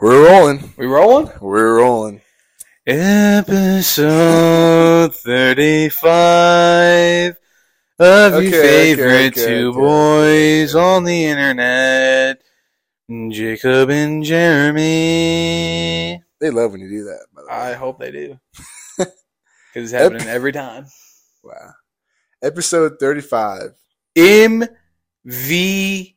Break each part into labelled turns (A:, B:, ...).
A: We're rolling.
B: We rolling?
A: We're rolling.
B: Episode 35 of
A: Okay, okay,
B: your favorite
A: okay,
B: two
A: okay,
B: boys on the internet, Jacob and Jeremy.
A: They love when you do that. uh, By the way.
B: I hope they do. Because it's happening every time.
A: wow. Episode thirty-five
B: MVP,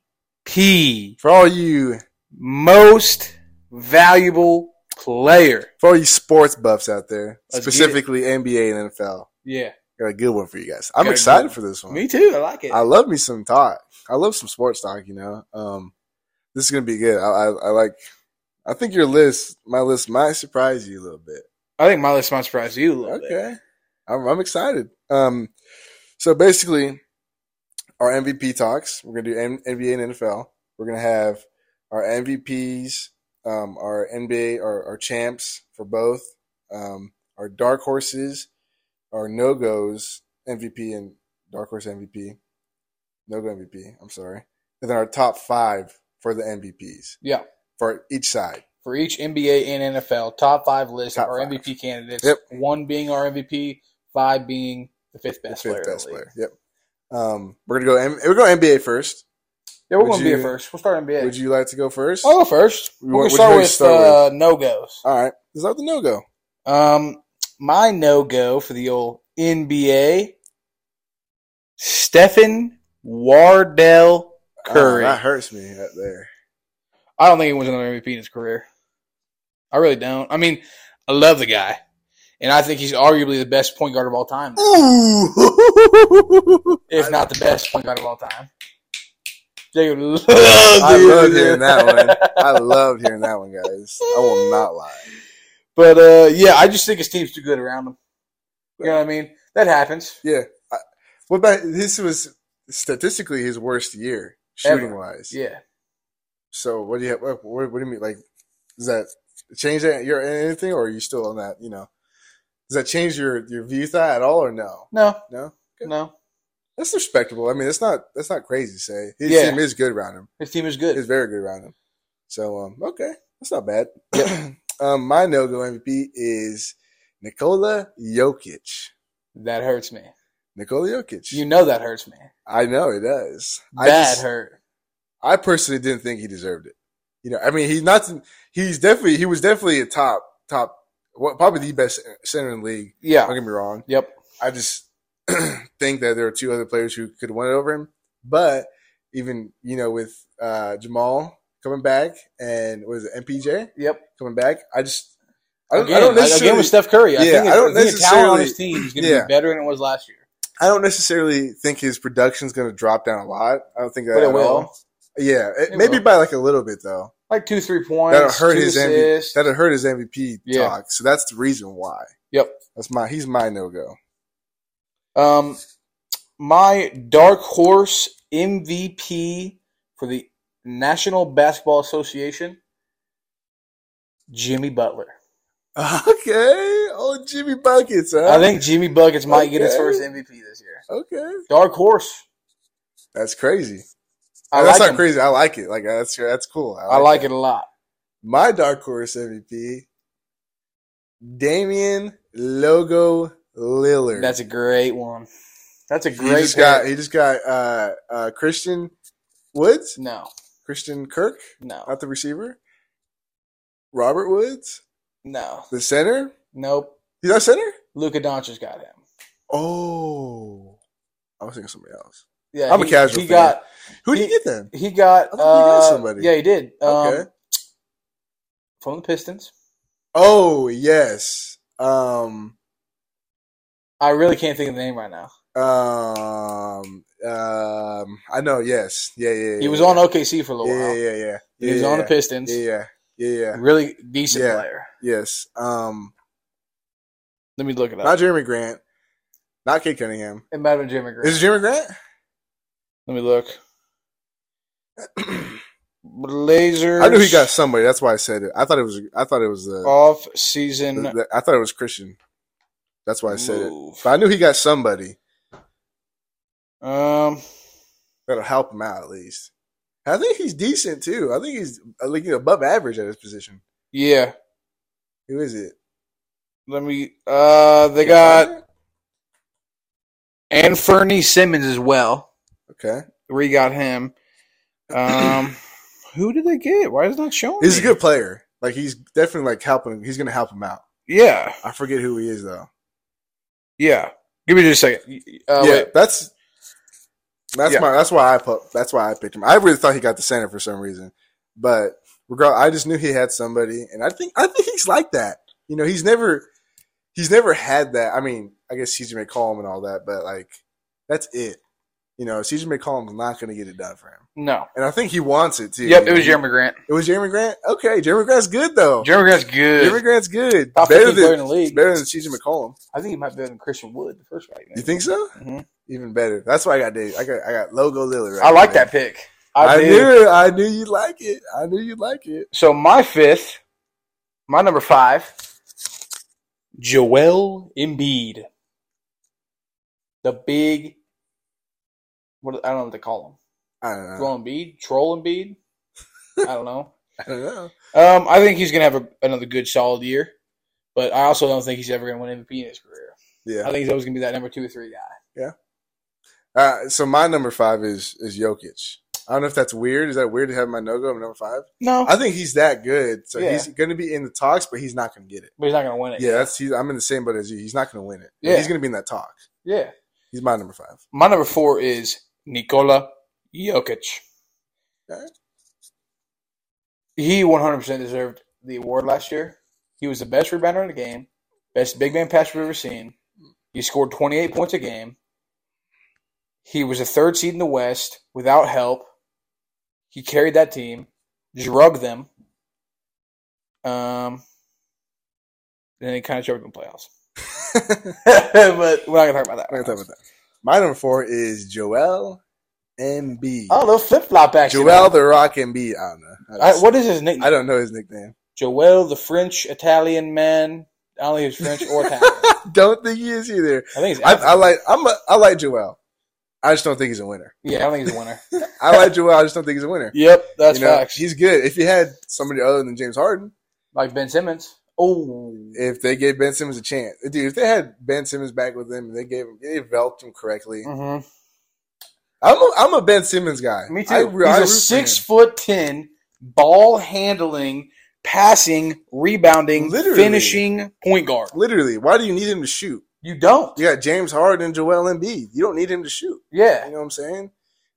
A: for all you
B: most valuable player.
A: for all you sports buffs out there,
B: Let's get it.
A: specifically NBA and NFL.
B: Yeah.
A: Got a good one for you guys. I'm
B: Got a
A: excited
B: good
A: for this one.
B: Me too. I like it.
A: I love me some talk. I love some sports talk. You know, um, this is gonna be good. I, I, I like. I think your list, my list, might surprise you a little bit.
B: I think my list might surprise you a little bit.
A: Okay, I'm, I'm excited. Um, so basically, our MVP talks. We're gonna do N- NBA and NFL. We're gonna have our MVPs, um, our NBA, our, our champs for both, um, our dark horses, our no goes MVP and dark horse MVP, no go MVP. I'm sorry, and then our top five for the MVPs
B: Yeah.
A: for each side.
B: For each NBA and NFL, top five list
A: Top
B: of our
A: five.
B: MVP candidates.
A: Yep.
B: One being our MVP, five being the fifth best
A: The
B: player. in the league.
A: Yep. Um, we're gonna go. M- we're gonna go NBA first.
B: Yeah, we're
A: Would
B: going to be
A: you-
B: at first. We'll start NBA.
A: Would you like to go first?
B: I'll go first.
A: You
B: We're
A: want-
B: going
A: which
B: to start
A: one you
B: with,
A: start
B: uh, no goes.
A: All right. Is that the no go?
B: Um, my no go for the old NBA, Stephen Wardell Curry.
A: Oh, that hurts me up there.
B: I don't think he wins another MVP in his career. I really don't. I mean, I love the guy, and I think he's arguably the best point guard of all time,
A: Ooh.
B: if not the best point guard of all time. Jacob loves
A: Oh, I love
B: hearing
A: hearing that one. I love hearing that one, guys. I will not lie.
B: But uh, yeah, I just think his team's too good around him. You know what I mean? That happens.
A: Yeah. I, what about this was statistically his worst year shooting wise.
B: Yeah.
A: So what do you have? What, what do you mean? Like, does that change that your anything, or are you still on that? You know, does that change your your view of that at all, or no?
B: No.
A: No.
B: No.
A: That's respectable. I mean, that's not that's not crazy to say. His
B: Yeah.
A: team is good around him.
B: His team is good.
A: is very good around him. So um, okay, that's not bad. um, my no go MVP is Nikola Jokic.
B: That hurts me.
A: Nikola Jokic.
B: You know that hurts me.
A: I know it does. I,
B: That
A: just-
B: hurt.
A: I personally didn't think he deserved it. You know, I mean, he's not. He's definitely. He was definitely a top top. Well, probably the best center in the league. Don't
B: Yeah.
A: get me wrong.
B: Yep.
A: I just think that there are two other players who could have won it over him. But even you know, with uh, Jamal coming back and what is it MPJ?
B: Yep.
A: coming back. I just I don't,
B: again,
A: I don't
B: like, again
A: necessarily
B: with Steph Curry. I
A: yeah,
B: think,
A: I don't
B: I think the talent on
A: necessarily-
B: his team is going to
A: yeah.
B: be better than it was last year.
A: I don't necessarily think his production's going to drop down a lot. I don't think that
B: But it
A: at
B: will.
A: all. Yeah, it,
B: It
A: maybe
B: will.
A: by like a little bit though.
B: Like two three points.
A: That'll hurt
B: two
A: his MVP.
B: assists.
A: That'll hurt his MVP
B: Yeah.
A: talk. So that's the reason why.
B: Yep.
A: That's my he's my no go.
B: Um, my dark horse MVP for the National Basketball Association, Jimmy Butler.
A: Okay, oh Jimmy buckets. Huh?
B: I think Jimmy Buckets might get his
A: Okay.
B: first MVP this year.
A: okay,
B: Dark horse.
A: that's crazy.
B: I
A: that's
B: like
A: not
B: him.
A: crazy. I like it. Like that's that's cool.
B: I like it a lot.
A: my dark horse MVP. Damian Logo Lillard.
B: That's a great one. That's a
A: He
B: great.
A: just
B: pick.
A: got he just got uh, uh, Christian Woods,
B: no,
A: Christian Kirk,
B: no,
A: not the receiver. Robert Woods,
B: no,
A: the center.
B: nope.
A: He's our center.
B: Luka Doncic got him.
A: Oh, I was thinking of somebody else.
B: Yeah,
A: I'm a
B: he,
A: casual
B: He
A: fan.
B: got
A: Who did
B: He-
A: you get then?
B: He got.
A: I thought he got
B: uh,
A: somebody.
B: Yeah, he did. Um,
A: Okay.
B: From the Pistons.
A: Oh yes. Um.
B: I really can't think of the name right now.
A: Um. Um. I know. Yes. Yeah. Yeah. yeah
B: He was
A: yeah.
B: on OKC for a little
A: Yeah.
B: while.
A: Yeah. Yeah. yeah.
B: He was
A: yeah,
B: on the
A: yeah.
B: Pistons.
A: Yeah. Yeah. Yeah. yeah.
B: Really decent
A: Yeah.
B: player.
A: Yes. Um.
B: Let me look it up.
A: Not Jeremy Grant. Not Kate Cunningham.
B: it might have been Jimmy Grant.
A: Is it Jeremy Grant?
B: Let me look. Blazers.
A: I knew he got somebody. That's why I said it. I thought it was. I thought it was the.
B: off season.
A: the- the- I thought it was Christian. That's why I said it.
B: move.
A: But I knew he got somebody
B: Um.
A: that'll help him out at least. I think he's decent too. I think he's uh, like you know, above average at his position.
B: Yeah.
A: Who is it?
B: Let me. Uh, they got Anferny Simmons as well.
A: okay.
B: We got him. Um, who did they get? Why is it not showing?
A: He's a
B: me?
A: good player. Like he's definitely like helping. He's gonna help him out.
B: Yeah.
A: I forget who he is though.
B: Yeah. Give me just a second. Uh,
A: yeah,
B: wait.
A: that's that's
B: Yeah.
A: my that's why I put that's why I picked him. I really thought he got the center for some reason, but regard I just knew he had somebody, and I think I think he's like that. You know, he's never he's never had that. I mean, I guess CJ McCollum and all that, but like that's it. You know, CJ McCollum's not going to get it done for him,
B: No.
A: and I think he wants it too.
B: Yep, it was Jeremy Grant.
A: It was Jeremy Grant. Okay, Jeremy Grant's good though.
B: Jeremy Grant's good.
A: Jeremy Grant's good.
B: Top
A: Better
B: 15 player in
A: than
B: the league.
A: better than CJ McCollum.
B: I think he might be better than Christian Wood the first fight.
A: You think so?
B: Mhm.
A: Mm-hmm. Even better. That's why I got Dave. I got I got logo Lillard.
B: I like
A: there.
B: that pick.
A: I,
B: I, do.
A: knew I knew you'd like it. I knew you'd like it.
B: So my fifth, my number five, Joel Embiid, the big. What I don't know what they call
A: I don't
B: him.
A: know.
B: Joel Embiid, troll Embiid. I don't know.
A: I don't know.
B: Um, I think he's gonna have a, another good, solid year, but I also don't think he's ever gonna win MVP in his career. I
A: Yeah.
B: think he's always gonna be that number two or three guy.
A: Uh, so my number five is is Jokic. I don't know if that's weird. Is that weird to have my no go number five?
B: No,
A: I think he's that good. So
B: Yeah.
A: he's going to be in the talks, but he's not going to get it.
B: but he's not gonna win it.
A: Yeah, that's he's, I'm in the same boat as you. He's not going to win it.
B: Yeah.
A: He's going to be in that talk.
B: yeah.
A: He's my number five.
B: My number four is Nikola Jokic.
A: Alright.
B: He 100% deserved the award last year. He was the best rebounder in the game, best big man pass we've ever seen. He scored 28 points a game. He was the third seed in the West without help. He carried that team, just rubbed them. Um, then he kind of choked in the playoffs. but we're not going to talk about that.
A: I'm not gonna talk about that. My number four is Joel Embiid.
B: Oh, little flip flop action.
A: Joel the Rock Embiid. I don't know. I,
B: I, what is his nickname?
A: I don't know his nickname.
B: Joel, the French Italian man. I don't think he's French or Italian.
A: don't think he is either.
B: I think he's.
A: I, I like I'm a, I like Joel. I just don't think he's a winner.
B: yeah, I don't think he's a winner.
A: I like Joel. I just don't think he's a winner.
B: yep, that's
A: You know,
B: facts.
A: He's good. If you had somebody other than James Harden,
B: Like Ben Simmons. Oh,
A: if they gave Ben Simmons a chance, dude, if they had Ben Simmons back with them, and they gave him, they developed him correctly.
B: hmm
A: I'm a, I'm a Ben Simmons guy.
B: me
A: Mm-hmm.
B: too.
A: I,
B: he's
A: re- I
B: a
A: root for
B: six
A: him.
B: foot ten, ball handling, passing, rebounding,
A: Literally.
B: finishing point guard.
A: Literally, why do you need him to shoot?
B: You don't.
A: You got James Harden and Joel Embiid. You don't need him to shoot. You
B: Yeah,
A: know what I'm saying?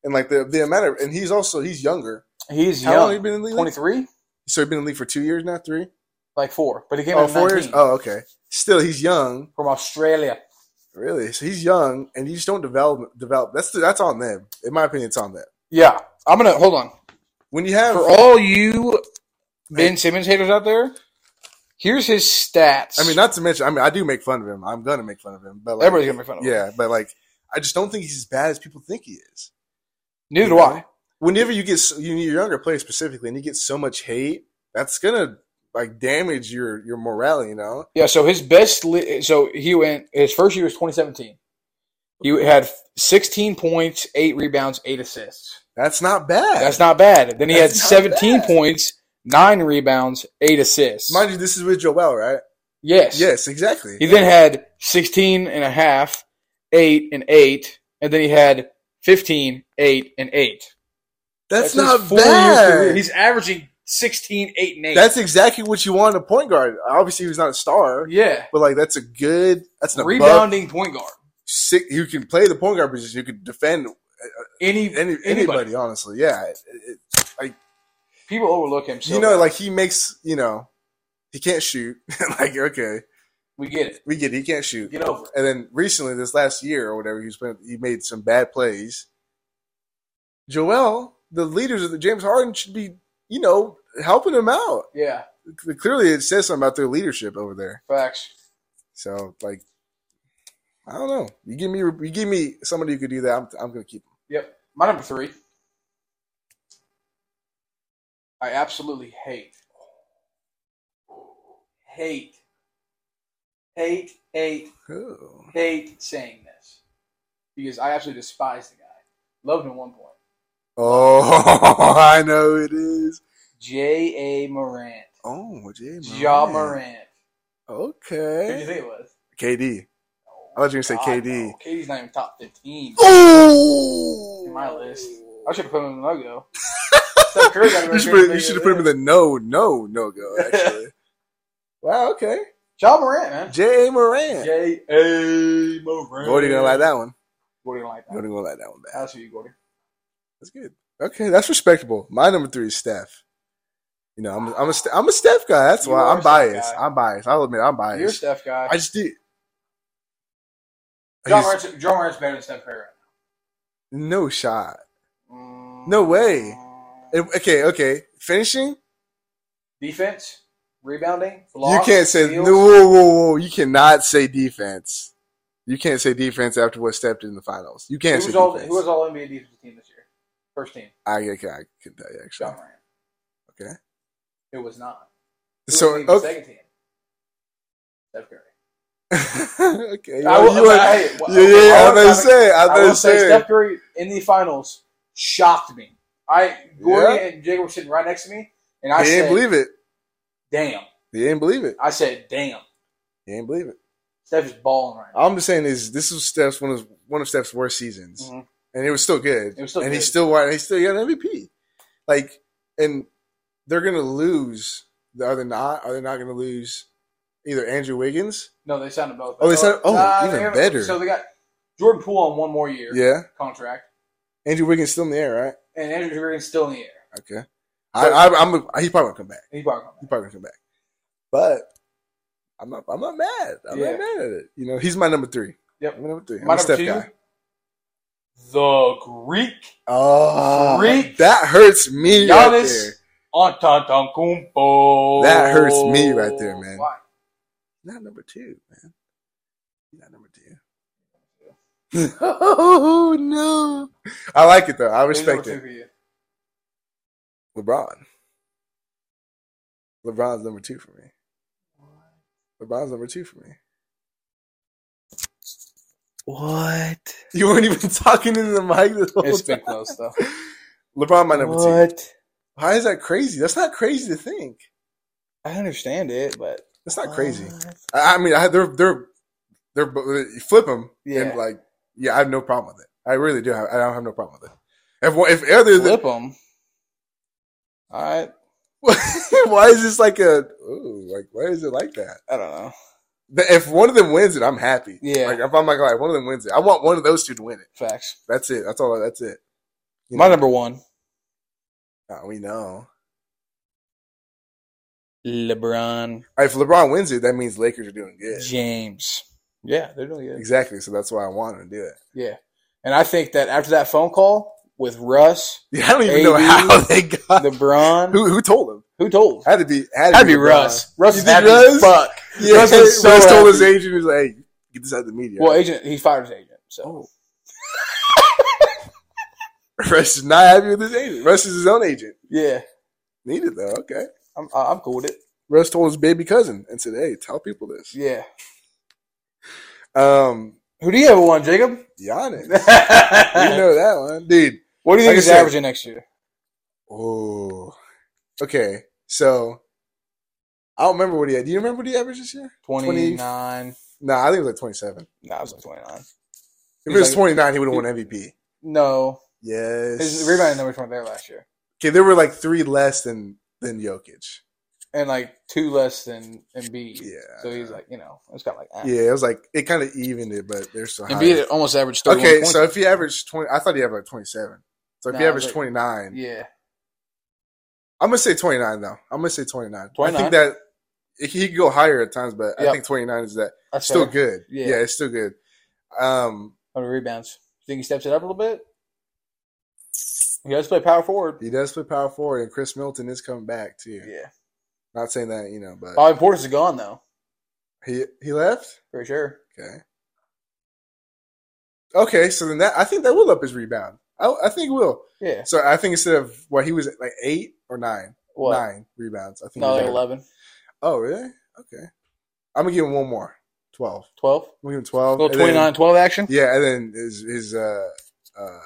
A: And like the the amount of and he's also he's younger.
B: he's
A: How long have
B: young.
A: you been in the league?
B: Twenty three,
A: So he's been in the league for two years now, three.
B: like four, but he came
A: Oh,
B: in
A: four years.
B: 19
A: Oh, okay. Still, he's young.
B: from Australia.
A: Really, so he's young, and you just don't develop develop. That's that's on them. In my opinion, it's on them.
B: Yeah, I'm gonna hold on.
A: When you have,
B: For all you Ben Simmons haters out there, here's his stats.
A: I mean, not to mention, I mean, I do make fun of him. I'm gonna make fun of him, but like,
B: everybody's gonna make fun of him.
A: yeah, but like, I just don't think he's as bad as people think he is.
B: Neither
A: You
B: do I.
A: know? Whenever you get s- you your younger players specifically, and you get so much hate, that's gonna like damage your your morale. You know,
B: Yeah. So his best. Li- so he went. His first year was 2017. He had 16 points, eight rebounds, eight assists.
A: that's not bad.
B: That's not bad. Then he had
A: That's not
B: 17
A: bad.
B: points, nine rebounds, eight assists.
A: mind you. This is with Joel, right?
B: yes.
A: Yes, exactly.
B: He then had 16 and a half, eight and eight, and then he had 15, eight and eight.
A: that's,
B: his
A: not
B: four years career.
A: bad.
B: He's averaging 16, 8, and 8.
A: That's exactly what you want in a point guard. Obviously, he's not a star,
B: yeah.
A: but like that's a good. That's an above
B: Rebounding point guard.
A: six. You can play the point guard position. You can defend
B: Any,
A: any,
B: anybody.
A: anybody. Honestly, yeah. It- it-
B: People overlook him. So
A: you know, like he makes. You know, he can't shoot. like okay,
B: we get it.
A: we get it, he can't shoot.
B: Get over it.
A: And then recently, this last year or whatever, he was playing, he made some bad plays. Joel, the leaders of the James Harden should be, you know, helping him out.
B: Yeah.
A: Clearly, it says something about their leadership over there.
B: Facts.
A: So like, I don't know. You give me you give me somebody who could do that. I'm, I'm gonna keep him.
B: Yep. My number three. I absolutely hate. Hate. Hate, hate,
A: Cool.
B: hate saying this. Because I absolutely despise the guy. Loved him at one point.
A: Oh, I know it is.
B: J.A. Morant.
A: Oh, J. Morant.
B: Ja Morant. Who do you
A: Okay.
B: think it was?
A: KD. I was going to say
B: God,
A: KD.
B: no. KD's not even top 15.
A: Oh!
B: In my list. I should have put him in the logo. Steph Curry got a
A: You should,
B: record
A: put, you
B: bigger
A: should have put
B: than
A: him in the no, no, no go, actually. wow, okay.
B: Ja Morant, man.
A: J.A. Morant.
B: J.A. Morant.
A: Gordy going to like that one.
B: Gordy don't like that.
A: Gordy going to like that one back.
B: That's for you, Gordy.
A: That's good. Okay, that's respectable. My number three is Steph. You know, I'm I'm a, Ste- I'm a Steph guy. That's
B: You
A: why
B: are a
A: I'm
B: Steph
A: biased.
B: guy.
A: I'm biased. I'll admit I'm
B: You're a
A: biased.
B: Steph guy.
A: I just did.
B: John
A: He's-
B: Morant's, John Morant's better than Steph Curry right
A: no shot.
B: now. Mm.
A: No way. It- okay, okay. Finishing.
B: Defense, rebounding,
A: you
B: blocks,
A: can't say
B: steals.
A: no. Whoa, whoa, whoa. You cannot say defense. You can't say defense after what Steph did in the finals. You
B: Who
A: can't
B: was
A: say
B: all,
A: defense.
B: who was all NBA defensive team this year? First team,
A: I, I, can- I can tell you actually.
B: John Morant.
A: Okay.
B: It was not. Who
A: So
B: was the
A: okay.
B: second team? Steph Curry.
A: okay.
B: I will-
A: you are-
B: I- hey, well,
A: yeah,
B: okay,
A: yeah,
B: I
A: I'm
B: will-
A: gonna say. I'm
B: I will
A: gonna
B: say
A: say.
B: Steph Curry in the finals shocked me. I Gordon and Jacob were sitting right next to me, and I
A: he
B: said,
A: didn't believe it.
B: "Damn!"
A: He didn't believe it.
B: I said, "Damn!"
A: He didn't believe it.
B: Steph is balling right now.
A: All I'm just saying is this was Steph's one of one of Steph's worst seasons,
B: Mhm.
A: and it was still good.
B: It was still
A: and he
B: good.
A: still won. He still got an MVP. Like, and they're gonna lose. Are they not? Are they not gonna lose either Andrew Wiggins?
B: No, they signed them both.
A: Oh, they signed- oh,
B: Nah,
A: even
B: they have-
A: better.
B: So they got Jordan Poole on one more year
A: Yeah,
B: contract,
A: Andrew Wiggins still in the air, right?
B: and Andrew Green's still in the air.
A: Okay, I, I, I'm. A, he probably gonna come back.
B: He probably
A: He probably gonna come back. But I'm not. I'm not mad. I'm
B: Yeah.
A: not mad at it. You know, he's my number three.
B: Yep.
A: I'm number three. I'm
B: My
A: a Steph
B: number
A: guy.
B: two, the Greek
A: Oh,
B: Freak.
A: that hurts me right there.
B: Giannis Antetokounmpo.
A: That hurts me right there, man.
B: Why?
A: Not number two, man. Not number two. oh no! I like it though. I
B: Who's number
A: respect
B: two
A: it.
B: for you?
A: LeBron. LeBron's number two for me. LeBron's number two for me.
B: What?
A: You weren't even talking into the mic this whole
B: It's been
A: time.
B: close though.
A: LeBron, my number two.
B: what?
A: Why is that crazy? That's not crazy to think.
B: I understand it, but
A: That's not crazy.
B: Uh.
A: I I mean, I, they're they're they're bo- you flip them
B: Yeah.
A: and like yeah, I have no problem with it. I really do. Have, I don't have no problem with it. If one- if other than
B: Flip them. All right.
A: why is this like a ooh, like why is it like that?
B: I don't know.
A: The- If one of them wins it, I'm happy.
B: Yeah.
A: Like if I'm like, all right, one of them wins it. I want one of those two to win it.
B: Facts.
A: That's it. That's all. That's it. You
B: My
A: know?
B: number one,
A: Oh, we know.
B: LeBron
A: All right, if LeBron wins it, that means Lakers are doing good.
B: James. Yeah, they're doing good.
A: Exactly. So that's why I want him to do it.
B: Yeah, and I think that after that phone call with Russ,
A: Yeah, I don't even know
B: AD,
A: how they got.
B: LeBron, who,
A: who who told him?
B: told?
A: Had to be. Had to
B: That'd be
A: LeBron.
B: Russ. Russ
A: You
B: is
A: think
B: happy as
A: Russ?
B: fuck.
A: Yeah,
B: Russ
A: Russ,
B: is so
A: told his
B: happy.
A: agent, he's like, hey, get this out of the media.
B: Well, agent, he fired his agent. So
A: Oh. Russ is not happy with his agent. Russ is his own agent.
B: yeah,
A: Needed though. Okay.
B: I'm I- I'm cool with it.
A: Russ told his baby cousin and said, hey, tell people this.
B: Yeah.
A: Um,
B: Who do you have one, Jacob?
A: Giannis. we
B: what
A: know that one, dude.
B: do you
A: Like I
B: think he's
A: said-
B: averaging next year?
A: Oh. Okay. So I don't remember what he had. Do you remember what he averaged this year?
B: Twenty nine.
A: No, I think it was like 27.
B: No, I was like twenty nine.
A: If
B: He's
A: it was
B: like-
A: 29, he would have won MVP.
B: No,
A: Yes.
B: his rebounding numbers weren't there last year,
A: Okay, there were like three less than than Jokic.
B: and like two less than Embiid.
A: Yeah.
B: So he's like, you know, it's kind of like eh.
A: Yeah, it was like it kind of evened it, but they're still high.
B: Embiid almost averaged thirty.
A: Okay, so if he averaged twenty, I thought he averaged like twenty-seven. So if
B: Nah,
A: he
B: I
A: averaged
B: was like-
A: twenty-nine,
B: yeah,
A: I'm gonna say twenty-nine though. I'm gonna say twenty-nine. I
B: 29?
A: think that he could go higher at times, but
B: Yep.
A: I think twenty-nine is that
B: that's
A: still
B: fair.
A: good.
B: Yeah.
A: Yeah. it's still good. Um,
B: How many rebounds? You think he steps it up a little bit? He does play power forward.
A: he does play power forward, and Chris Milton is coming back too.
B: Yeah.
A: Not saying that you know, but
B: Bobby Portis is gone though,
A: he he left.
B: for sure.
A: Okay. Okay, so then that I think that will up his rebound. I, I think it will.
B: Yeah.
A: So I think instead of what he was at, like eight or nine,
B: What?
A: nine rebounds. I think.
B: No,
A: he was
B: like
A: at-
B: 11,
A: Oh, really? Okay. I'm gonna give him one more. Twelve.
B: 12.
A: I'm gonna give him twelve.
B: Little
A: and then-
B: 29, 12 action.
A: yeah, and then his his uh uh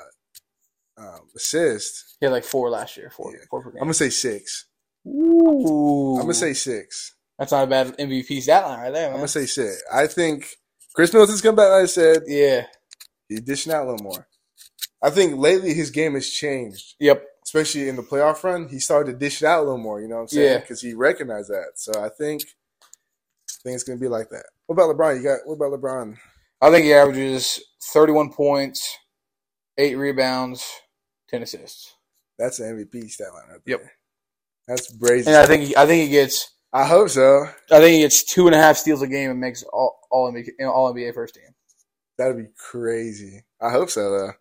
A: um, assists.
B: He had like four last year, four,
A: Yeah.
B: four per game.
A: I'm gonna say six.
B: Ooh.
A: I'm gonna say six.
B: that's not a bad MVP stat line right there, man.
A: I'm gonna say six. I think Chris Middleton's come back. Like I said
B: yeah.
A: he's dishing out a little more. I think lately his game has changed,
B: Yep.
A: especially in the playoff run. He started to dish it out a little more. You know what I'm saying?
B: Yeah.
A: Because he recognized that. So I think, I think it's gonna be like that. What about LeBron? You got what about LeBron?
B: I think he averages 31 points, eight rebounds, 10 assists.
A: That's an MVP stat line right there.
B: Yep.
A: That's brazen.
B: And I think he, I think he gets
A: I hope so.
B: I think he gets two and a half steals a game and makes all all NBA, all NBA first team.
A: That'd be crazy. I hope so though.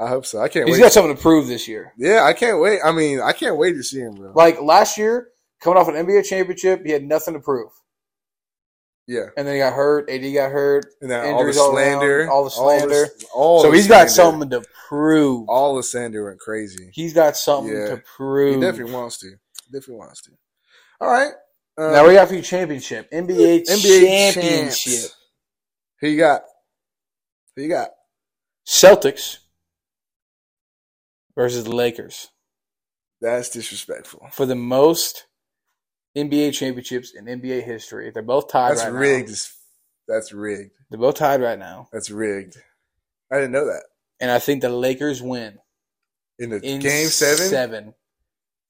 A: I hope so. I can't
B: He's
A: wait.
B: got something to prove this year.
A: yeah, I can't wait. I mean, I can't wait to see him, bro.
B: Like last year, coming off an NBA championship, he had nothing to prove.
A: Yeah,
B: And then he got hurt. AD got hurt.
A: and then all the
B: Injuries all around,
A: slander,
B: all the slander.
A: all
B: so
A: the
B: Oh, he's got
A: slander.
B: something to prove.
A: all the slander went crazy.
B: He's got something
A: Yeah.
B: to
A: He
B: prove.
A: definitely wants to. Definitely wants to. All right. Um,
B: now we got for you championship, NBA,
A: NBA
B: championship,
A: champs. Who you got? Who you got?
B: Celtics versus the Lakers
A: That's disrespectful.
B: for the most NBA championships in NBA history. They're both tied
A: That's
B: right
A: rigged.
B: now.
A: as- That's rigged.
B: They're both tied right now,
A: That's rigged. I didn't know that.
B: and I think the Lakers win
A: In the
B: in
A: game 7
B: seven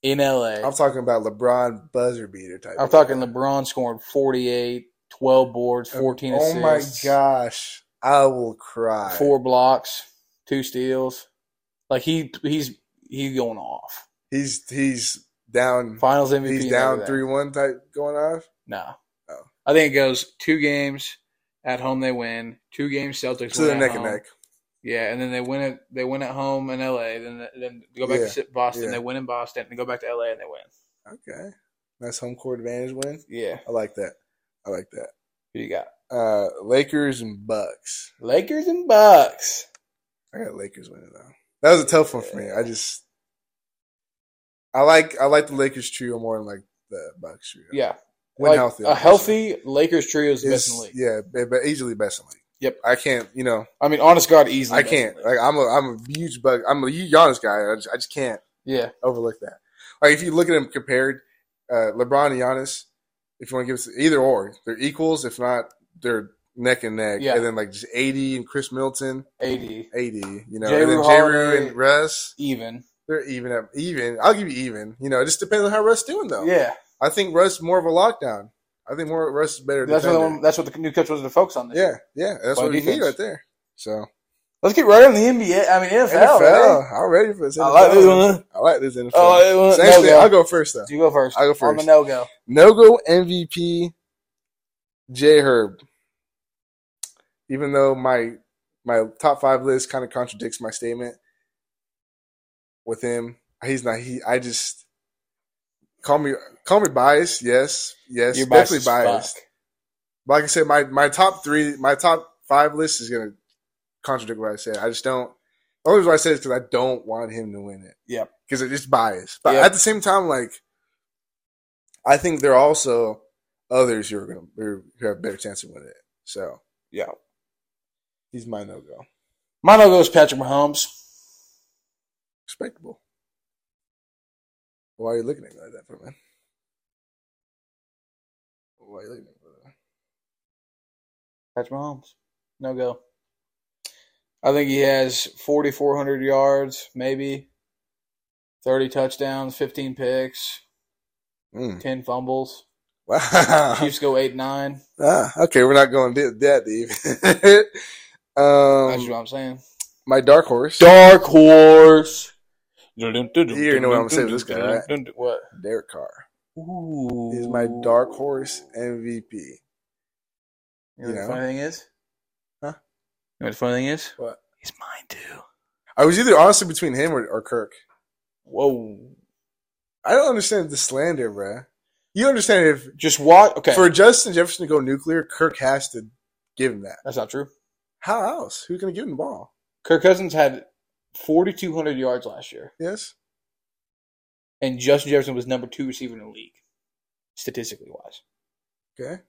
B: in LA.
A: I'm talking about LeBron buzzer beater type.
B: I'm
A: of
B: talking
A: guy.
B: LeBron scoring 48, 12 boards, 14
A: Oh
B: assists.
A: my gosh, I will cry.
B: Four blocks, two steals. Like he he's he's going off.
A: He's he's down.
B: Finals MVP.
A: He's
B: and
A: down
B: everything.
A: three one type going off.
B: Nah.
A: Oh.
B: I think it goes two games at home they win, two games Celtics
A: To
B: win
A: the
B: at
A: neck and
B: home.
A: neck.
B: Yeah, and then they win it. They win at home in LA. Then then they go back
A: Yeah,
B: to Boston.
A: yeah.
B: They win in Boston. They go back to LA and they win.
A: Okay, nice home court advantage win.
B: Yeah.
A: I like that. I like that.
B: Who you got?
A: Uh, Lakers and Bucks.
B: Lakers and Bucks.
A: I got Lakers winning though. That was a tough one for me. I just I like I like the Lakers trio more than like the Bucks trio.
B: Yeah.
A: when
B: Like,
A: healthy,
B: a healthy Lakers trio is the best in the
A: is-
B: league.
A: yeah, but but easily best in the league.
B: Yep.
A: I can't. You know,
B: I mean, honest God, easily.
A: I
B: best in
A: can't.
B: the league.
A: Like I'm a I'm a huge Buck. I'm a huge Giannis guy. I just, I just can't
B: yeah.
A: overlook that. Like if you look at them compared, uh, LeBron and Giannis. If you want to give us either or, they're equals. If not, they're neck and neck.
B: Yeah.
A: And then like just eighty and Chris Middleton.
B: AD.
A: 80, you know,
B: J.
A: and then
B: Rue
A: J. Rue
B: Holiday.
A: and Russ,
B: Even.
A: they're even up. Even, I'll give you even. You know, it just depends on how Russ doing though.
B: Yeah.
A: I think Russ more of a lockdown. I think more Russ is better.
B: That's what,
A: defender.
B: the one, that's what the new coach was to focus on this
A: yeah,
B: year.
A: yeah, that's
B: Play
A: what we need
B: defense.
A: right there. So
B: Let's get right on the NBA. I mean, NFL.
A: NFL,
B: right?
A: I'm ready for this.
B: eh? I like this
A: NFL.
B: one.
A: I like this NFL.
B: I like this one.
A: Same
B: No
A: thing.
B: go.
A: I'll go first though.
B: You go first.
A: I'll go
B: On the
A: first.
B: no go.
A: No go MVP, J Herb. Even though my my top five list kind of contradicts my statement with him, he's not. He I just call me call me biased. Yes, yes,
B: You're biased
A: definitely
B: as fuck.
A: biased. But like I said, my my top three, my top five list is gonna contradict what I said. I just don't. The only reason why I said is because I don't want him to win it.
B: Yep.
A: Because it's biased. But
B: Yep.
A: at the same time, like I think there are also others who are gonna who have a better chance of winning it. So
B: Yeah.
A: he's my no go.
B: My no go is Patrick Mahomes.
A: Respectable. Why are you looking at me like that for man? Why are you looking at me like that?
B: Patrick Mahomes. No go. I think he has 4,400 yards, maybe 30 touchdowns, 15 picks,
A: Mm.
B: 10 fumbles.
A: Hmm. Wow.
B: Chiefs go 8 9.
A: Ah, okay, we're not going to that deep.
B: That's
A: um,
B: what I'm saying.
A: my dark horse,
B: Dark horse. You
A: already know what I'm gonna say with this guy, right?
B: What?
A: Derek Carr,
B: Ooh.
A: is my dark horse MVP.
B: You know what
A: Yeah.
B: the funny thing is?
A: Huh?
B: You know what the funny thing is?
A: What?
B: He's mine too.
A: I was either honestly between him or, or Kirk.
B: Whoa.
A: I don't understand the slander, bruh. You understand if
B: Just watch. Okay.
A: for Justin Jefferson to go nuclear, Kirk has to give him that.
B: That's not true.
A: How else? Who's going to give him the ball?
B: Kirk Cousins had 4,200 yards last year,
A: Yes.
B: and Justin Jefferson was number two receiver in the league, statistically wise.
A: Okay.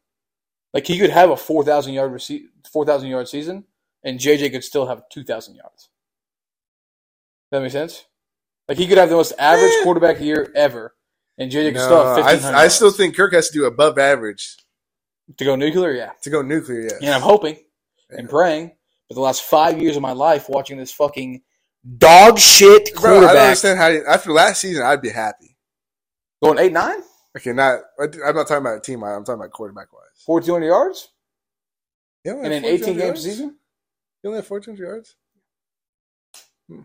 B: Like, he could have a 4,000 yard, rece- 4,000 yard season, and JJ could still have 2,000 yards. that make sense? Like he could have the most average
A: Eh.
B: quarterback year ever, and JJ could still have
A: No,
B: fifteen hundred.
A: I, I still think Kirk has to do above average
B: to go nuclear, yeah.
A: to go nuclear. Yes.
B: And I'm hoping and praying. But the last five years of my life watching this fucking dog
A: Bro, I
B: shit
A: don't
B: quarterback
A: understand how you, after last season I'd be happy.
B: going eight nine,
A: Okay, not I- I'm not talking about team. I'm talking about quarterback wise.
B: fourteen hundred yards
A: You only
B: in
A: had
B: an
A: 1400
B: eighteen game
A: yards?
B: season.
A: You only had 1400 yards. Hmm.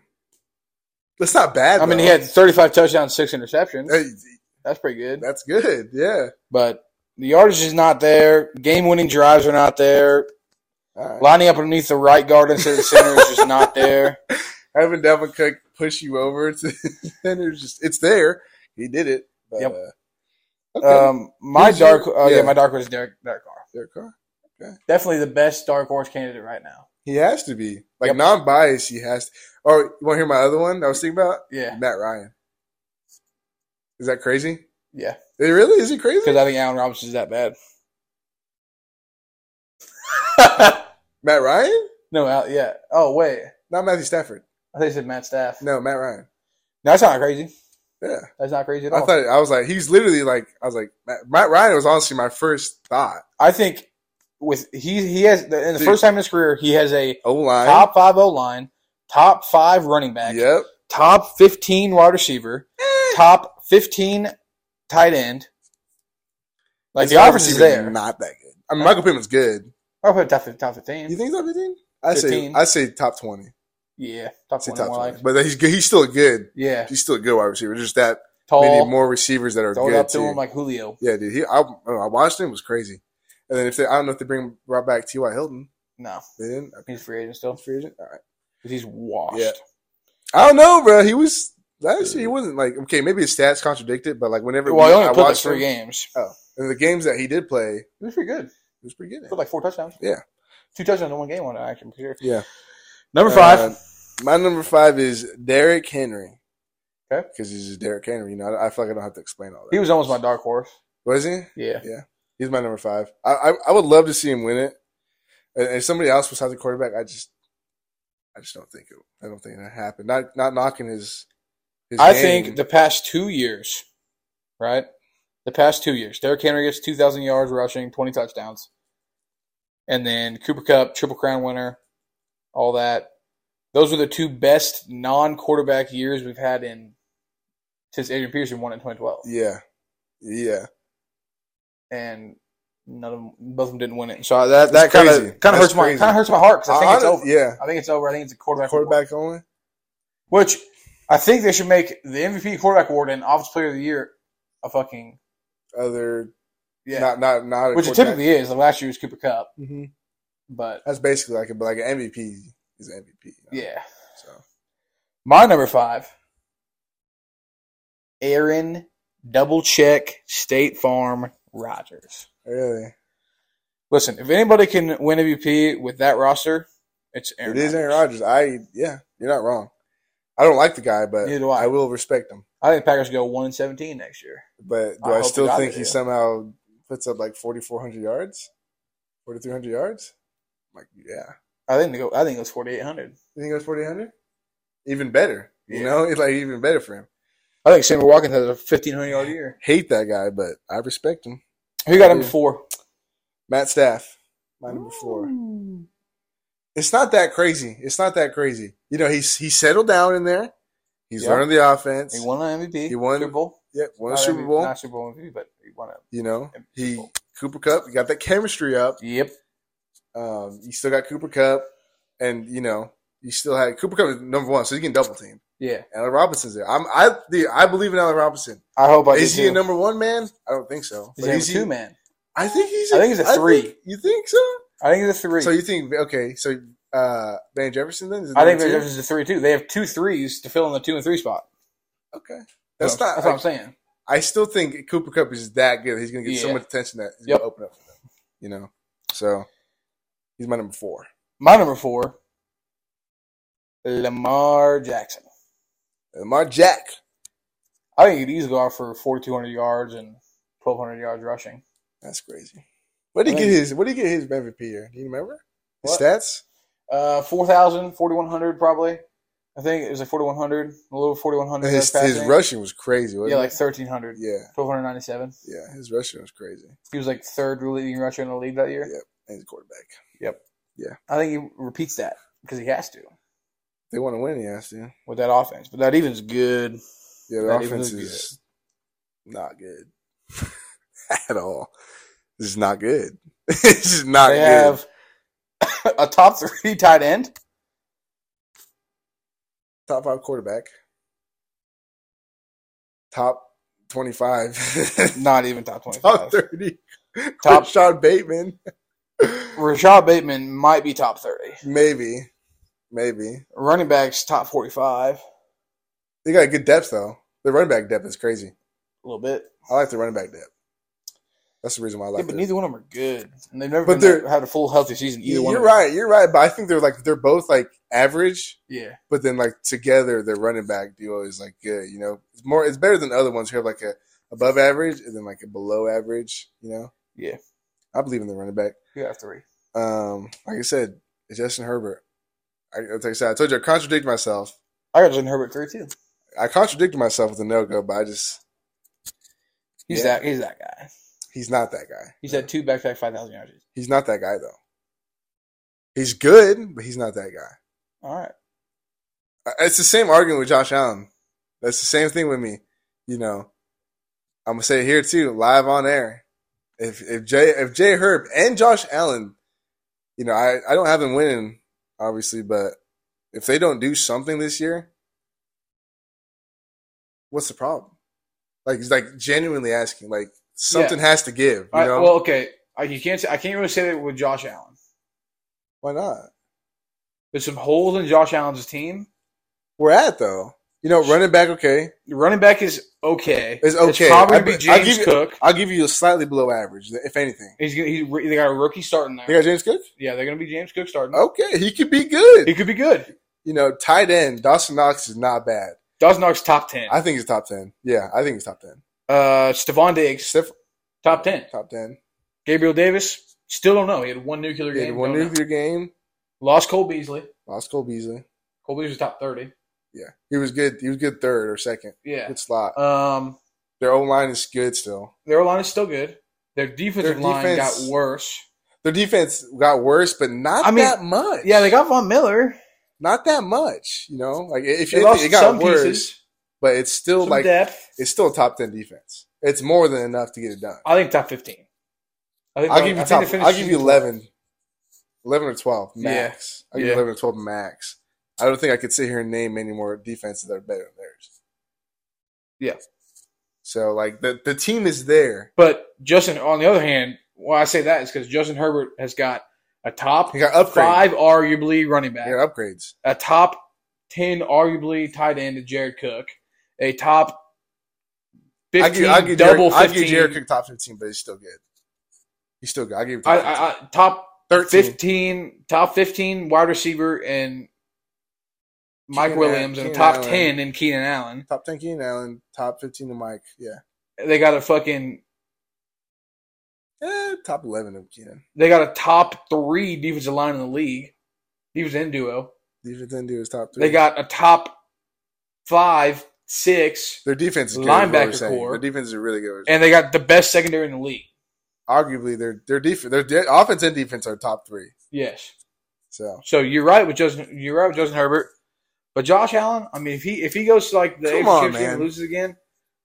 A: That's not bad.
B: I mean,
A: though.
B: he had thirty five touchdowns, six interceptions.
A: Hey,
B: That's pretty good.
A: that's good. Yeah.
B: But the yardage is not there. Game winning drives are not there.
A: All right.
B: Lining up underneath the right guard instead of the center is just not there.
A: Having Devin Cook push you over to and it's just it's there. He did it. But,
B: Yep.
A: uh, okay.
B: Um, my
A: Who's your-
B: dark, oh yeah.
A: yeah.
B: my dark horse is Derek, Derek Carr.
A: Derek Carr.
B: Definitely the best dark horse candidate right now.
A: He has to be like
B: Yep.
A: non-biased. He has. To. Or you want to hear my other one? that I was thinking about
B: Yeah,
A: Matt Ryan. Is that crazy?
B: yeah.
A: Is it really? Is he crazy?
B: Because I think Allen Robinson's that bad.
A: Matt Ryan?
B: no, Al, yeah. Oh wait,
A: Not Matthew Stafford.
B: I think you said Matt Staff. No,
A: No, Matt Ryan.
B: that's not crazy.
A: Yeah.
B: That's not crazy at
A: I
B: all. I,
A: thought I was like he's literally like I was like Matt, Matt Ryan was honestly my first thought.
B: think with he he has and the
A: Dude.
B: first time in his career he has a
A: O line.
B: top five O line, top five running back,
A: Yep.
B: top fifteen wide receiver, top fifteen tight end. Like
A: His
B: the
A: wide
B: offense is
A: receiver's
B: there.
A: Not that good. I mean, Michael Pittman's good.
B: I'll put top fif- top
A: You
B: fifteen.
A: think he's top fifteen? I say
B: 15.
A: I say top twenty.
B: Yeah,
A: I
B: top
A: say
B: twenty.
A: top
B: More
A: twenty.
B: like.
A: But he's good. he's still good.
B: Yeah,
A: He's still a good wide receiver. Just that many
B: tall.
A: more receivers that are
B: Throw it
A: good
B: up to
A: too.
B: him like Julio.
A: yeah, dude. He I, I don't know, I watched him. It was crazy. And then if they, I don't know if they bring brought back T. Y. Hilton,
B: No,
A: they didn't.
B: he's free agent still.
A: Free agent? All right.
B: Because he's washed.
A: Yeah. I don't know, bro. He was last year. He wasn't like okay. Maybe his stats contradict it, but like whenever
B: Well, he
A: I
B: only played like
A: watched
B: three
A: him-
B: games.
A: and the games that he did play, it
B: He was pretty good.
A: was pretty good.
B: Put like four touchdowns.
A: Yeah.
B: Two touchdowns in one game on action. for Sure.
A: Yeah.
B: Number five.
A: Uh, my number five is Derrick Henry.
B: Okay.
A: Because he's just Derrick Henry. You know, I, I feel like I don't have to explain all that.
B: he was almost my dark horse.
A: was he?
B: Yeah.
A: He's my number five. I, I I would love to see him win it. And and if somebody else was the quarterback, I just I just don't think it. I don't think it happened. Not not knocking his. his
B: I
A: game.
B: think the past two years, right? The past two years, Derrick Henry gets 2,000 yards rushing, 20 touchdowns. And then Cooper Cup, Triple Crown winner, all that. Those were the two best non quarterback years we've had in since Adrian Peterson won in 2012.
A: yeah, yeah.
B: and none of them, both of them didn't win it. So
A: That's
B: that that kind
A: crazy.
B: of kind
A: That's
B: of hurts my
A: crazy.
B: kind of hurts my heart because I think it's
A: Hon-
B: over.
A: Yeah,
B: I think it's over. I think it's a quarterback.
A: quarterback only.
B: award. which I think they should make the MVP quarterback award and Office Player of the Year a fucking
A: Other
B: yeah,
A: not not not a
B: which it typically is. The last year was Cooper Cup,
A: Mhm.
B: but
A: That's basically like a, but like an MVP is an MVP. you know?
B: yeah,
A: So
B: my number five, Aaron Doublecheck State Farm Rogers.
A: really,
B: Listen, if anybody can win MVP with that roster, it's Aaron.
A: it is Aaron
B: Rodgers.
A: Rodgers. I yeah, you're not wrong. I don't like the guy, but
B: Neither do I.
A: will respect him.
B: I think Packers go one and seventeen next year.
A: But do
B: I
A: I,
B: hope
A: still
B: to God
A: think
B: they
A: he
B: do.
A: somehow puts up like 4,400 yards, 4,300 yards? I'm like, yeah.
B: I think they go. I think it was forty eight hundred.
A: You think it was 4,800? Even better. You
B: Yeah.
A: know, it's like even better for him.
B: I think Sammy Watkins has a fifteen hundred yard year.
A: Hate that guy, but I respect him.
B: Who got him
A: Yeah.
B: before?
A: Matt Staff, my number four. It's not that crazy. It's not that crazy. You know, he's he settled down in there. He's
B: Yeah.
A: learning the offense.
B: He won an MVP.
A: He won
B: Super Bowl.
A: Yeah, won a
B: Not
A: Super
B: MVP,
A: Bowl.
B: Not Super Bowl MVP, but he won it.
A: You know,
B: MVP
A: he
B: Bowl.
A: Cooper Cup. You got that chemistry up.
B: Yep.
A: Um, you still got Cooper Cup, and you know you still had Cooper Cup is number one, so you can double team.
B: Yeah.
A: Allen Robinson's there. I'm I dude, I believe in Allen Robinson.
B: I hope I
A: is
B: did
A: he a
B: too.
A: number one man? I don't think so.
B: He's
A: But
B: a
A: is he-
B: two man.
A: I think he's.
B: I think he's a three.
A: think- you think so?
B: I think it's a three.
A: So you think okay? So uh, Van Jefferson then? Is
B: I think
A: number two?
B: there's a three too. They have two threes to fill in the two and three spot.
A: Okay, that's
B: So,
A: not. like,
B: That's what I'm saying.
A: I still think Cooper Cup is that good. He's going to get so
B: Yeah.
A: much attention that he's
B: Yep.
A: going to open up for them. You know, so he's my number four.
B: My number four, Lamar Jackson.
A: Lamar Jack.
B: I think he'd easily go out for forty two hundred yards and twelve hundred yards rushing.
A: That's crazy. What did he
B: I
A: get
B: think-
A: his? What did he get his MVP year? Do you remember his
B: What?
A: stats?
B: Uh, 4,000, 4,100 probably. I think it was like 4,100, a little over 4,100.
A: His,
B: yards
A: his
B: passing.
A: rushing was crazy, wasn't
B: yeah,
A: it?
B: like 1,300,
A: yeah,
B: 1,297.
A: yeah, his rushing was crazy.
B: He was like third leading rusher in the league that year.
A: Yeah. And his quarterback.
B: I think he repeats that because he has to
A: They want to win, he has to.
B: with that offense. But that even's good.
A: Yeah, the
B: That even
A: offense
B: looked
A: is not good at all. It's just not good. it's just not
B: they
A: good.
B: have a top three tight end.
A: top five quarterback, top twenty-five,
B: Not even top
A: top
B: 25.
A: thirty,
B: Top-
A: top Sean Bateman,
B: Rashad Bateman might be top 30.
A: maybe, maybe.
B: Running backs top 45.
A: They got good depth though. The running back depth is crazy.
B: A little bit.
A: I like the running back depth. That's the reason why I
B: Yeah,
A: like
B: but
A: it.
B: neither one of them are good. And they've never
A: But
B: been,
A: they're-
B: had a full healthy season either one.
A: You're
B: of them.
A: right. You're right. But I think they're like they're both like average.
B: Yeah.
A: but then like together their running back duo is like good, you know. It's more it's better than other ones who have like a above average and then like a below average, you know?
B: Yeah.
A: I believe in the running back.
B: You got three.
A: Um, like I said, it's Justin Herbert. I like I said, I told you I contradict myself.
B: I got Justin Herbert three too.
A: I contradicted myself with a no go, but I just
B: He's
A: Yeah.
B: that he's that guy.
A: he's not that guy.
B: He's had two back to back five thousand yards.
A: He's not that guy though. He's good, but he's not that guy.
B: All right.
A: I- It's the same argument with Josh Allen. That's the same thing with me. You know, I'm gonna say it here too, live on air. If if Jay if Jay Herb and Josh Allen, you know, I I don't have them winning obviously, but if they don't do something this year, what's the problem? Like it's like genuinely asking, like something has to give. You
B: All right.
A: know,
B: Well, okay. I you can't say, I can't really say that with Josh Allen.
A: why not?
B: There's some holes in Josh Allen's team.
A: We're at though. You know, running back okay.
B: The running back is okay.
A: It's okay.
B: probably
A: I-
B: gonna be
A: I'll
B: James
A: give you-
B: Cook.
A: I'll give you a slightly below average, if anything.
B: He's, gonna- he's re- they got a rookie starting there.
A: They got Oh. James Cook.
B: Yeah, they're gonna be James Cook starting.
A: Okay, he could be good.
B: He could be good.
A: you know, tight end Dawson Knox is not bad.
B: Dawson Knox top ten.
A: I think he's top ten. Yeah, I think he's top ten.
B: Uh, Stephon Diggs
A: Except
B: top ten.
A: top ten.
B: Gabriel Davis still don't know. He had one nuclear
A: He
B: game.
A: had one
B: don't know.
A: nuclear game.
B: Lost Cole Beasley.
A: Lost Cole Beasley.
B: Cole Beasley was top thirty.
A: Yeah, he was good. He was good third or second.
B: Yeah.
A: Good slot.
B: Um,
A: Their O line is good still.
B: Their line is still good. Their defensive
A: Their
B: line got
A: defense-
B: worse.
A: Their defense got worse, but not
B: I mean,
A: that much.
B: Yeah, they got Von Miller.
A: not that much. You know, like if
B: They
A: you
B: lost
A: it got
B: some
A: worse,
B: pieces,
A: but it's still
B: some
A: like
B: depth.
A: it's still a top ten defense. It's more than enough to get it done.
B: I think top fifteen. I think
A: I'll
B: they-
A: give
B: I
A: you
B: think
A: top.
B: they finished
A: I'll give you
B: season
A: eleven, eleven or twelve
B: Yeah.
A: max. I'll give
B: Yeah.
A: you eleven or twelve max. I don't think I could sit here and name any more defenses that are better than theirs.
B: Yeah.
A: So like the the team is there.
B: 12. But Justin, on the other hand, why I say that is because Justin Herbert has got a top
A: He got upgrades.
B: five, arguably running back,
A: He got upgrades.
B: a top ten, arguably tight end to Jared Cook, a top
A: I
B: fifteen,
A: give, I give
B: double
A: Jared, I
B: fifteen.
A: give Jared Cook top fifteen, but he's still good. He's still good. I give him
B: I,
A: top 15.
B: I, I, top
A: 13.
B: 15 top 15 wide receiver and Mike
A: Keenan
B: Williams
A: Allen- Keenan
B: and top
A: Allen.
B: 10 and Keenan Allen.
A: top ten Keenan Allen, top fifteen to Mike. Yeah,
B: They got a fucking
A: Eh, top eleven of Keenan.
B: they got a top 3 defensive line in the league. Defensive end duo.
A: Defense didn't do his top three.
B: They got a top 5 6
A: their defense is good. is what we're
B: linebacker
A: saying.
B: core.
A: Their defense is really good.
B: and they got the best secondary in the league.
A: arguably their their defense, their de- offense and defense are top three.
B: Yes.
A: So
B: So you're right with Justin you're right with Justin Herbert. But Josh Allen, I mean if he if he goes to like the
A: Come on,
B: AFC Championship
A: man.
B: and loses again,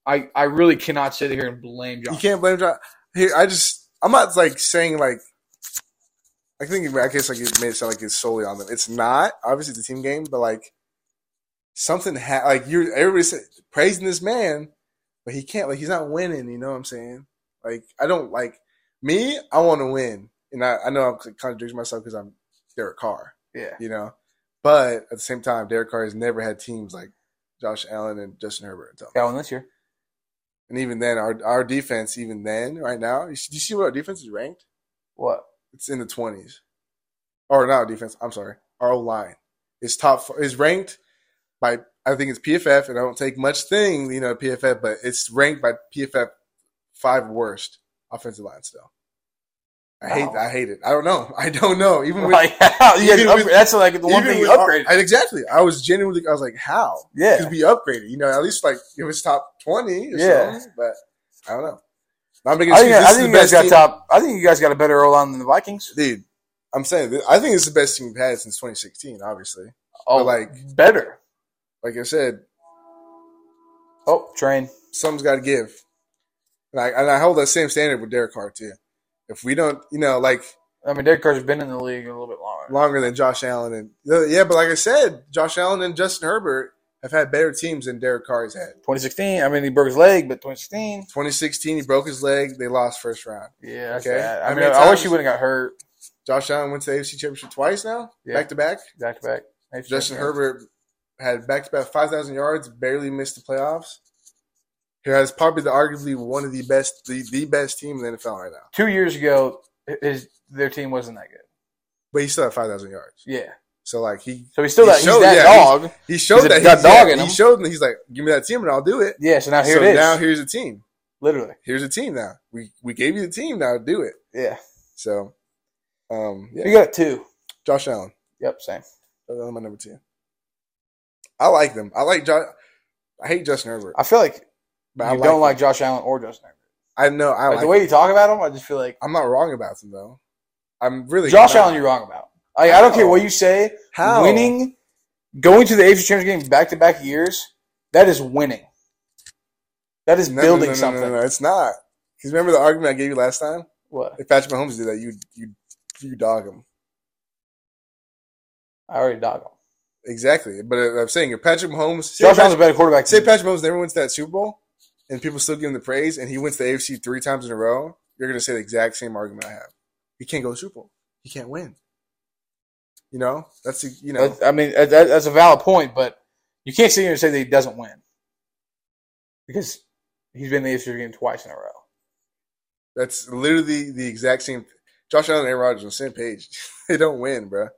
B: I, I really cannot sit here and blame Josh.
A: you can't blame John. Here, I just I'm not like saying like I think I guess like it made it sound like it's solely on them. It's not obviously it's a team game, but like something ha- like you everybody's praising this man, but he can't like he's not winning. You know what I'm saying? Like I don't like me. I want to win, and I, I know I'm contradicting myself because I'm Derek Carr.
B: Yeah.
A: you know. But at the same time, Derek Carr has never had teams like Josh Allen and Justin Herbert until.
B: Allen this year.
A: And even then, our our defense, even then, right now, you see, you see what our defense is ranked?
B: What?
A: It's in the twenties, or not our defense. I'm sorry, our line is top is ranked by I think it's PFF, and I don't take much thing, you know, PFF, but it's ranked by PFF five worst offensive line still. I hate.
B: Wow.
A: I hate it. I don't know. I don't know. Even with,
B: Like, how? You
A: even
B: had to
A: with-
B: upgrade- that's like the one
A: even
B: thing you
A: with-
B: upgraded.
A: I- exactly. I was genuinely. I was like, how?
B: yeah.
A: Because we upgraded. You know, at least like it was top twenty. Or
B: Yeah.
A: something, but I don't know. Not making
B: I think,
A: excuses.
B: I
A: This is the
B: think you
A: best
B: guys got
A: team.
B: top. I think you guys got a better O line than the Vikings.
A: dude. I'm saying. th- I think it's the best team we've had since 2016. Obviously,
B: Oh,
A: like-
B: better.
A: like I said,
B: Oh, train.
A: something's got to give. And I, and I hold that same standard with Derek Carr too. If we don't, you know, like
B: I mean, Derek Carr's been in the league a little bit longer.
A: longer than Josh Allen and uh, yeah, but like I said, Josh Allen and Justin Herbert have had better teams than Derek Carr's had.
B: 2016. I mean, he broke his leg, but 2016.
A: 2016, he broke his leg. They lost first round.
B: Yeah. That's
A: Okay.
B: bad.
A: How
B: I mean,
A: many
B: I wish
A: times-
B: he wouldn't got hurt
A: Josh Allen went to the AFC Championship twice now,
B: Yeah.
A: back to back.
B: back to back. Maybe
A: Justin
B: that's-
A: Herbert had back to back 5,000 yards, barely missed the playoffs. He has probably the arguably one of the best, the, the best team in the NFL right now.
B: Two years ago, his their team wasn't that good.
A: But he still had 5,000 yards.
B: Yeah.
A: So like he
B: So he's still
A: He
B: that.
A: showed-
B: he's that
A: yeah,
B: dog.
A: he showed
B: He's a-
A: that he,
B: got dog in
A: he
B: him.
A: showed me he's like, give me that team and I'll do it.
B: yeah. So now here
A: so
B: it is.
A: now here's a team.
B: Literally.
A: Here's a team now. We we gave you the team now. Do it.
B: Yeah.
A: So, um, yeah.
B: You got two.
A: Josh Allen.
B: Yep. Same.
A: That's my number two. I like them. I like Josh. I hate Justin Herbert.
B: I feel like
A: But
B: you
A: I
B: don't like
A: them.
B: Josh Allen or Justin Herbert.
A: I know. I
B: Like,
A: like
B: the way
A: them.
B: you talk about him, I just feel like
A: I'm not wrong about them though. I'm really
B: Josh
A: not.
B: Allen. You're wrong about. Like, I don't care
A: How?
B: what you say.
A: How
B: Winning, going to the AFC Championship game back to back years, that is winning. That is
A: No, no,
B: building
A: no, no,
B: something.
A: No, no, It's not. Because remember the argument I gave you last time?
B: What?
A: If Patrick Mahomes did that, you you you dog him.
B: I already dog him.
A: Exactly. But uh, I'm saying if Patrick Mahomes, say
B: Josh
A: Patrick-
B: Allen's a better quarterback.
A: Say
B: than-
A: Patrick Mahomes never wins that Super Bowl, and people still give him the praise, and he wins the AFC three times in a row. You're going to say the exact same argument I have. He can't go to the Super Bowl. He can't win. You know that's the you know
B: That- I mean, that, that's a valid point, but you can't sit here and say that he doesn't win because he's been in the AFC game twice in a row.
A: that's literally the exact same. Josh Allen and Aaron Rodgers on the same page. they don't win, bro.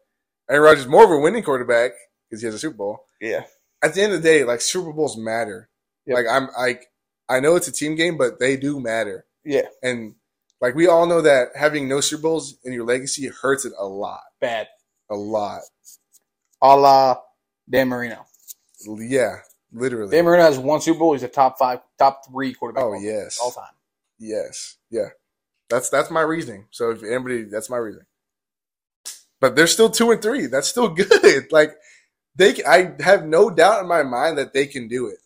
A: Aaron Rodgers is more of a winning quarterback because he has a Super Bowl.
B: Yeah.
A: At the end of the day, like Super Bowls matter.
B: Yep.
A: Like I'm like I know it's a team game, but they do matter.
B: Yeah.
A: And like we all know that having no Super Bowls in your legacy hurts it a lot.
B: Bad.
A: A lot.
B: A la Dan Marino.
A: Yeah, literally.
B: Dan Marino has one Super Bowl. He's a top five, top three quarterback
A: oh
B: all-
A: yes,
B: all time.
A: yes, yeah. That's that's my reasoning. So if anybody, that's my reasoning. But they're still two and three. That's still good. Like they, c- I have no doubt in my mind that they can do it.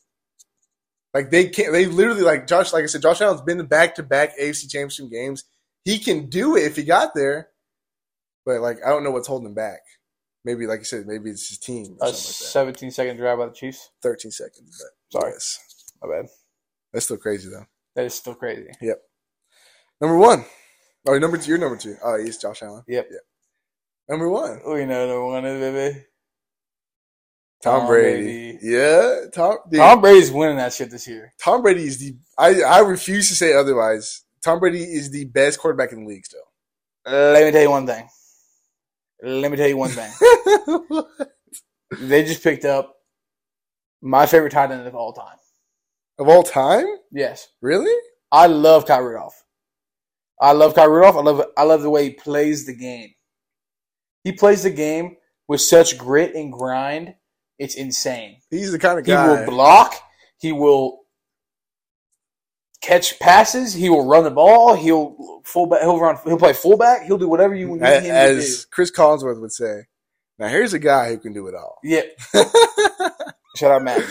A: Like they can't. They literally like Josh. Like I said, Josh Allen's been to back to back AFC Championship games. He can do it if he got there. But like I don't know what's holding him back. Maybe like you said, maybe it's his team or
B: A
A: something like
B: 17 second drive by the Chiefs.
A: that. Thirteen seconds. But
B: Sorry.
A: yes.
B: My bad.
A: that's still crazy though.
B: That is still crazy.
A: Number one. Oh, number two. You're number two. Oh, he's Josh Allen.
B: Yep.
A: Number one.
B: We know the one is, baby.
A: Tom,
B: Tom
A: Brady.
B: Brady.
A: Yeah. Tom, dude, Tom.
B: Tom Brady's winning that shit this year.
A: Brady is the. I, I refuse to say otherwise. Tom Brady is the best quarterback in the league still.
B: Let me tell you one thing. Let me tell you one thing. they just picked up my favorite tight end of all time.
A: of all time?
B: Yes,
A: Really?
B: I love Kyle Rudolph. I love Kyle Rudolph. I love I love the way he plays the game. He plays the game with such grit and grind. It's insane.
A: He's the kind of
B: He
A: guy.
B: will block. He will catch passes. He will run the ball. He'll fullback. He'll run. He'll play fullback. He'll do whatever you need
A: A-
B: him to
A: as Chris Collinsworth would say, now here's a guy who can do it all.
B: do. Yeah. Shout out Matt.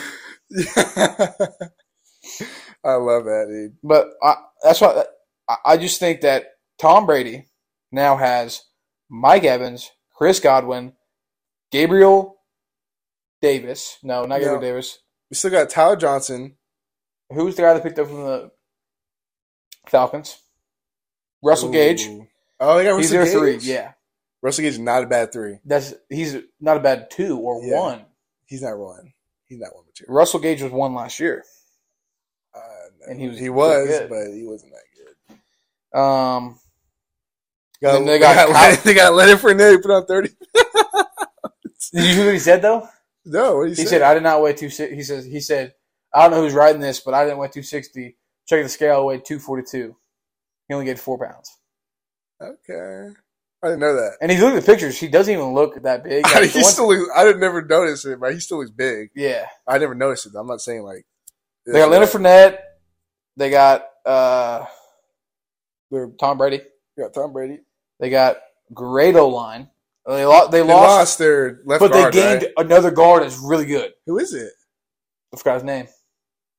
A: I love that, dude.
B: But I, that's why I, I just think that Tom Brady now has Mike Evans, Chris Godwin, Gabriel Davis. No, not Gabriel
A: No.
B: Davis.
A: We still got Tyler Johnson.
B: Who's the guy that picked up from the Falcons? Russell Gage.
A: Ooh. Oh, they got Russell
B: he's their
A: Gage.
B: three. Yeah,
A: Russell Gage is not a bad three.
B: that's he's not a bad two or
A: Yeah.
B: one.
A: He's not one. He's not one material.
B: Russell Gage was one last year.
A: Uh, no.
B: And he was
A: he
B: pretty
A: was,
B: good.
A: but he wasn't that good.
B: Um,
A: Got,
B: Then they
A: they,
B: got
A: got,
B: Kyle-
A: they got Leonard Fournette put out thirty.
B: did you hear what he said though?
A: No, what he,
B: He said, "I did not weigh two six He says, "He said, I don't know who's riding this, but I didn't weigh two sixty. Check the scale, I weighed two forty two. He only gained four pounds.
A: Okay. I didn't know that.
B: And if you look at the pictures, he doesn't even look that big. Like, the
A: he
B: one-
A: still looks, I didn't never notice it, but he still looks big.
B: yeah.
A: I never noticed it. I'm not saying like
B: They got Leonard Fournette. They got uh,
A: They're-
B: Tom Brady.
A: they got Tom Brady.
B: They got great O line. They, lo- they,
A: They lost,
B: lost,
A: their left
B: but
A: guard.
B: they gained
A: right?
B: another guard that's really good.
A: Who is it?
B: I forgot his name.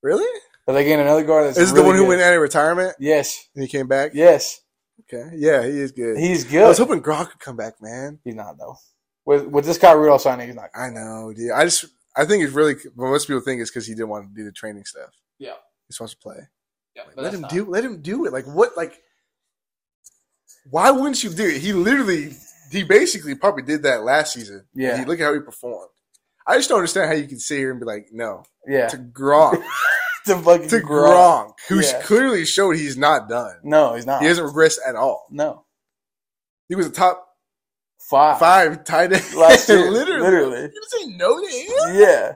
A: Really?
B: But they gained another guard that's
A: Is it
B: really
A: the one who
B: good.
A: went out of retirement
B: Yes,
A: and he came back?
B: yes,
A: Okay. Yeah, he is good.
B: he's
A: I
B: good.
A: was hoping Gronk could come back, man.
B: he's not though. With with this guy Rudolph signing, he's not.
A: I know, dude. I just I think it's really but most people think it's because he didn't want to do the training stuff.
B: Yeah.
A: He just wants to play.
B: Yeah,
A: let
B: but that's
A: him
B: not-
A: do let him do it. Like what like why wouldn't you do it? He literally he basically probably did that last season.
B: Yeah.
A: He- look at how he performed. I just don't understand how you can sit here and be like, no.
B: Yeah,
A: To Gronk.
B: to fucking
A: to
B: grow.
A: Gronk, who's
B: Yeah.
A: clearly showed he's not done.
B: No, he's not.
A: He hasn't regressed at all.
B: no
A: He was a top
B: five.
A: five tight end
B: last year.
A: literally.
B: literally.
A: You didn't say no to him.
B: Yeah.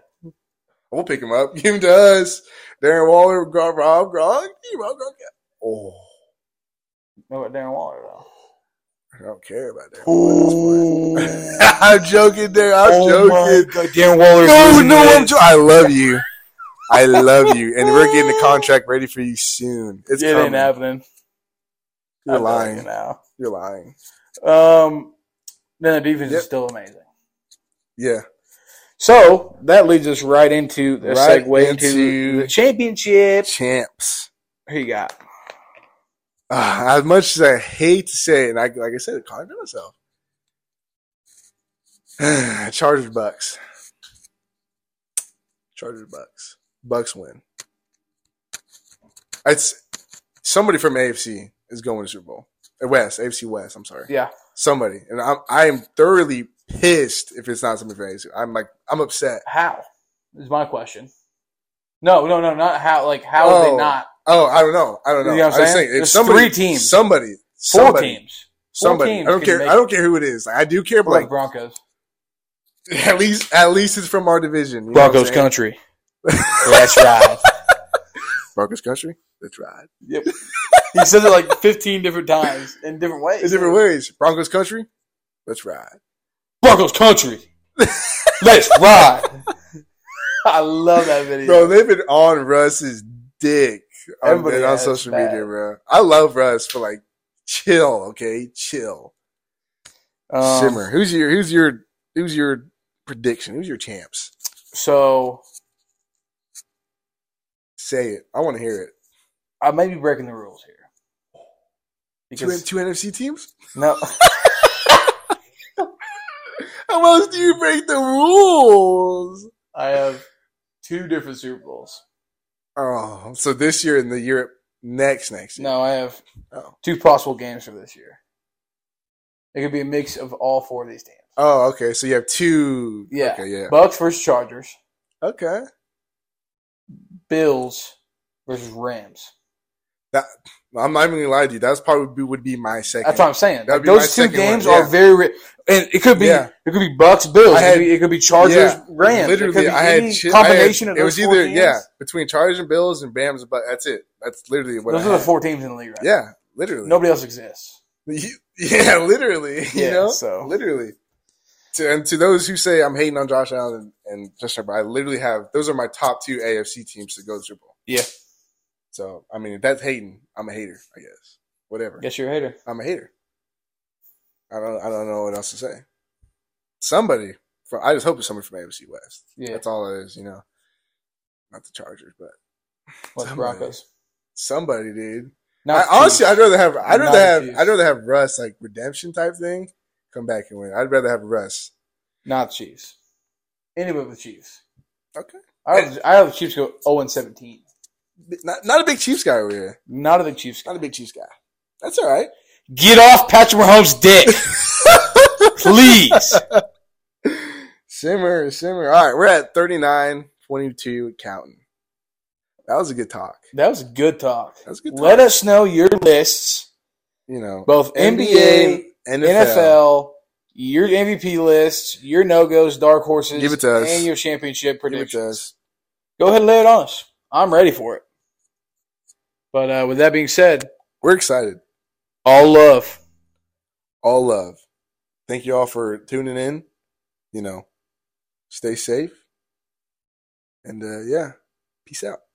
A: We'll pick him up. Give him to us. Darren Waller, Gron- Rob Gronk. Hey, Rob Gronk. Oh,
B: No, but Darren Waller though.
A: I don't care about Darren Waller. at this point. I'm joking, there. I'm
B: Oh
A: joking.
B: God, Darren Waller.
A: No, no, I'm joking. I love you. I love you, and we're getting the contract ready for you soon. It's
B: It's it
A: coming.
B: ain't happening.
A: You're
B: I'm telling
A: lying.
B: you now.
A: You're lying.
B: Um, then the defense
A: Yep.
B: is still amazing.
A: Yeah.
B: So that leads us right into the
A: Right
B: segue
A: into-
B: into the championship.
A: Champs.
B: Who you got?
A: Uh, as much as I hate to say it, and I, like I said, I contradict myself. Chargers Bucks. Chargers Bucks. Bucks win. It's somebody from AFC is going to Super Bowl. Uh, West, AFC West. I'm sorry,
B: Yeah,
A: somebody, and I'm I am thoroughly pissed if it's not somebody from AFC. I'm like I'm upset.
B: how is my question. No, no, no, not how. Like how are
A: Oh,
B: they not
A: Oh, I don't know. I don't know.
B: You know what I'm
A: I was
B: saying?
A: if
B: There's
A: somebody,
B: three teams.
A: somebody,
B: four
A: somebody,
B: teams? Four
A: somebody.
B: teams
A: I don't
B: can
A: care.
B: make-
A: I don't care who it is. Like, I do care, but
B: Or
A: like
B: like Broncos,
A: At least, at least it's from our division. you know what
B: Broncos
A: I'm saying?
B: country. That's right.
A: Broncos country. That's right.
B: Yep. He says it like 15 different times in different ways.
A: In different ways. Broncos country. That's right.
B: Broncos country. Let's ride. I love that video.
A: Bro, they've been on Russ's dick on,
B: Everybody
A: and on
B: has
A: social
B: that.
A: media, bro. I love Russ for like chill. Okay, chill.
B: Um,
A: Simmer. Who's your who's your who's your prediction? Who's your champs?
B: So
A: Say it. I want to hear it.
B: I may be breaking the rules here.
A: Two,
B: Because
A: two NFC teams.
B: no,
A: How else do you break the rules?
B: I have two different Super Bowls.
A: Oh, so this year and the year next next year.
B: No, I have
A: Oh.
B: two possible games for this year. It could be a mix of all four of these teams.
A: Oh, okay. So you have two.
B: Yeah.
A: Okay, yeah.
B: Bucks versus Chargers.
A: Okay.
B: Bills versus Rams.
A: I'm not even gonna lie to you. That's probably be- would be my second.
B: That's what I'm saying.
A: That'd
B: Like,
A: be my
B: those two
A: second
B: games
A: one, yeah.
B: are very, ri- and it could be
A: Yeah.
B: it could be Bucks Bills.
A: I
B: it,
A: had-
B: could be, it could be Chargers
A: yeah.
B: Rams. it could
A: Literally,
B: be
A: I had
B: any
A: chi-
B: combination
A: I had-
B: of those
A: It was
B: four
A: either
B: teams.
A: yeah between Chargers and Bills and Bams, but that's it. That's literally what.
B: those
A: I
B: are the
A: had.
B: four teams in the league right
A: Yeah, literally.
B: now. Nobody else exists.
A: You- yeah, literally. you
B: Yeah,
A: know,
B: so.
A: literally. To, and to those who say I'm hating on Josh Allen and, and Justin Herbert, I literally have those are my top two AFC teams to go to the Super Bowl.
B: Yeah.
A: So I mean, if that's hating, I'm a hater. I guess. Whatever.
B: Guess you're a hater.
A: I'm a hater. I don't I don't know what else to say. Somebody from I just hope it's somebody from AFC West.
B: Yeah,
A: That's all it is, you know. Not the Chargers, but
B: like the
A: somebody.
B: Broncos.
A: somebody, dude.
B: Not
A: I,
B: the
A: honestly,
B: Chiefs.
A: I'd rather have I'd
B: Not
A: rather
B: the
A: have
B: Chiefs.
A: I'd rather have Russ like redemption type thing come back and win. I'd rather have Russ.
B: not the Chiefs. Anybody but the Chiefs.
A: Okay,
B: I have, I have the Chiefs go 0 and 17.
A: not not a big Chiefs guy over here.
B: Not a big Chiefs.
A: Not a big Chiefs guy. That's all right.
B: Get off Patrick Mahomes' dick, please.
A: Simmer, simmer. All right, we're at 39, 22 counting. That was a good talk.
B: That was good talk.
A: That was a good talk.
B: Let us know your lists.
A: You know,
B: both NBA, NFL, your MVP list, your no goes, dark horses,
A: Give it to us.
B: and your championship
A: Give it
B: predictions.
A: to us.
B: Go ahead and lay it on us. I'm ready for it. But uh, with that being said,
A: We're excited.
B: all love.
A: all love. Thank you all for tuning in. You know, stay safe. And uh, yeah, peace out.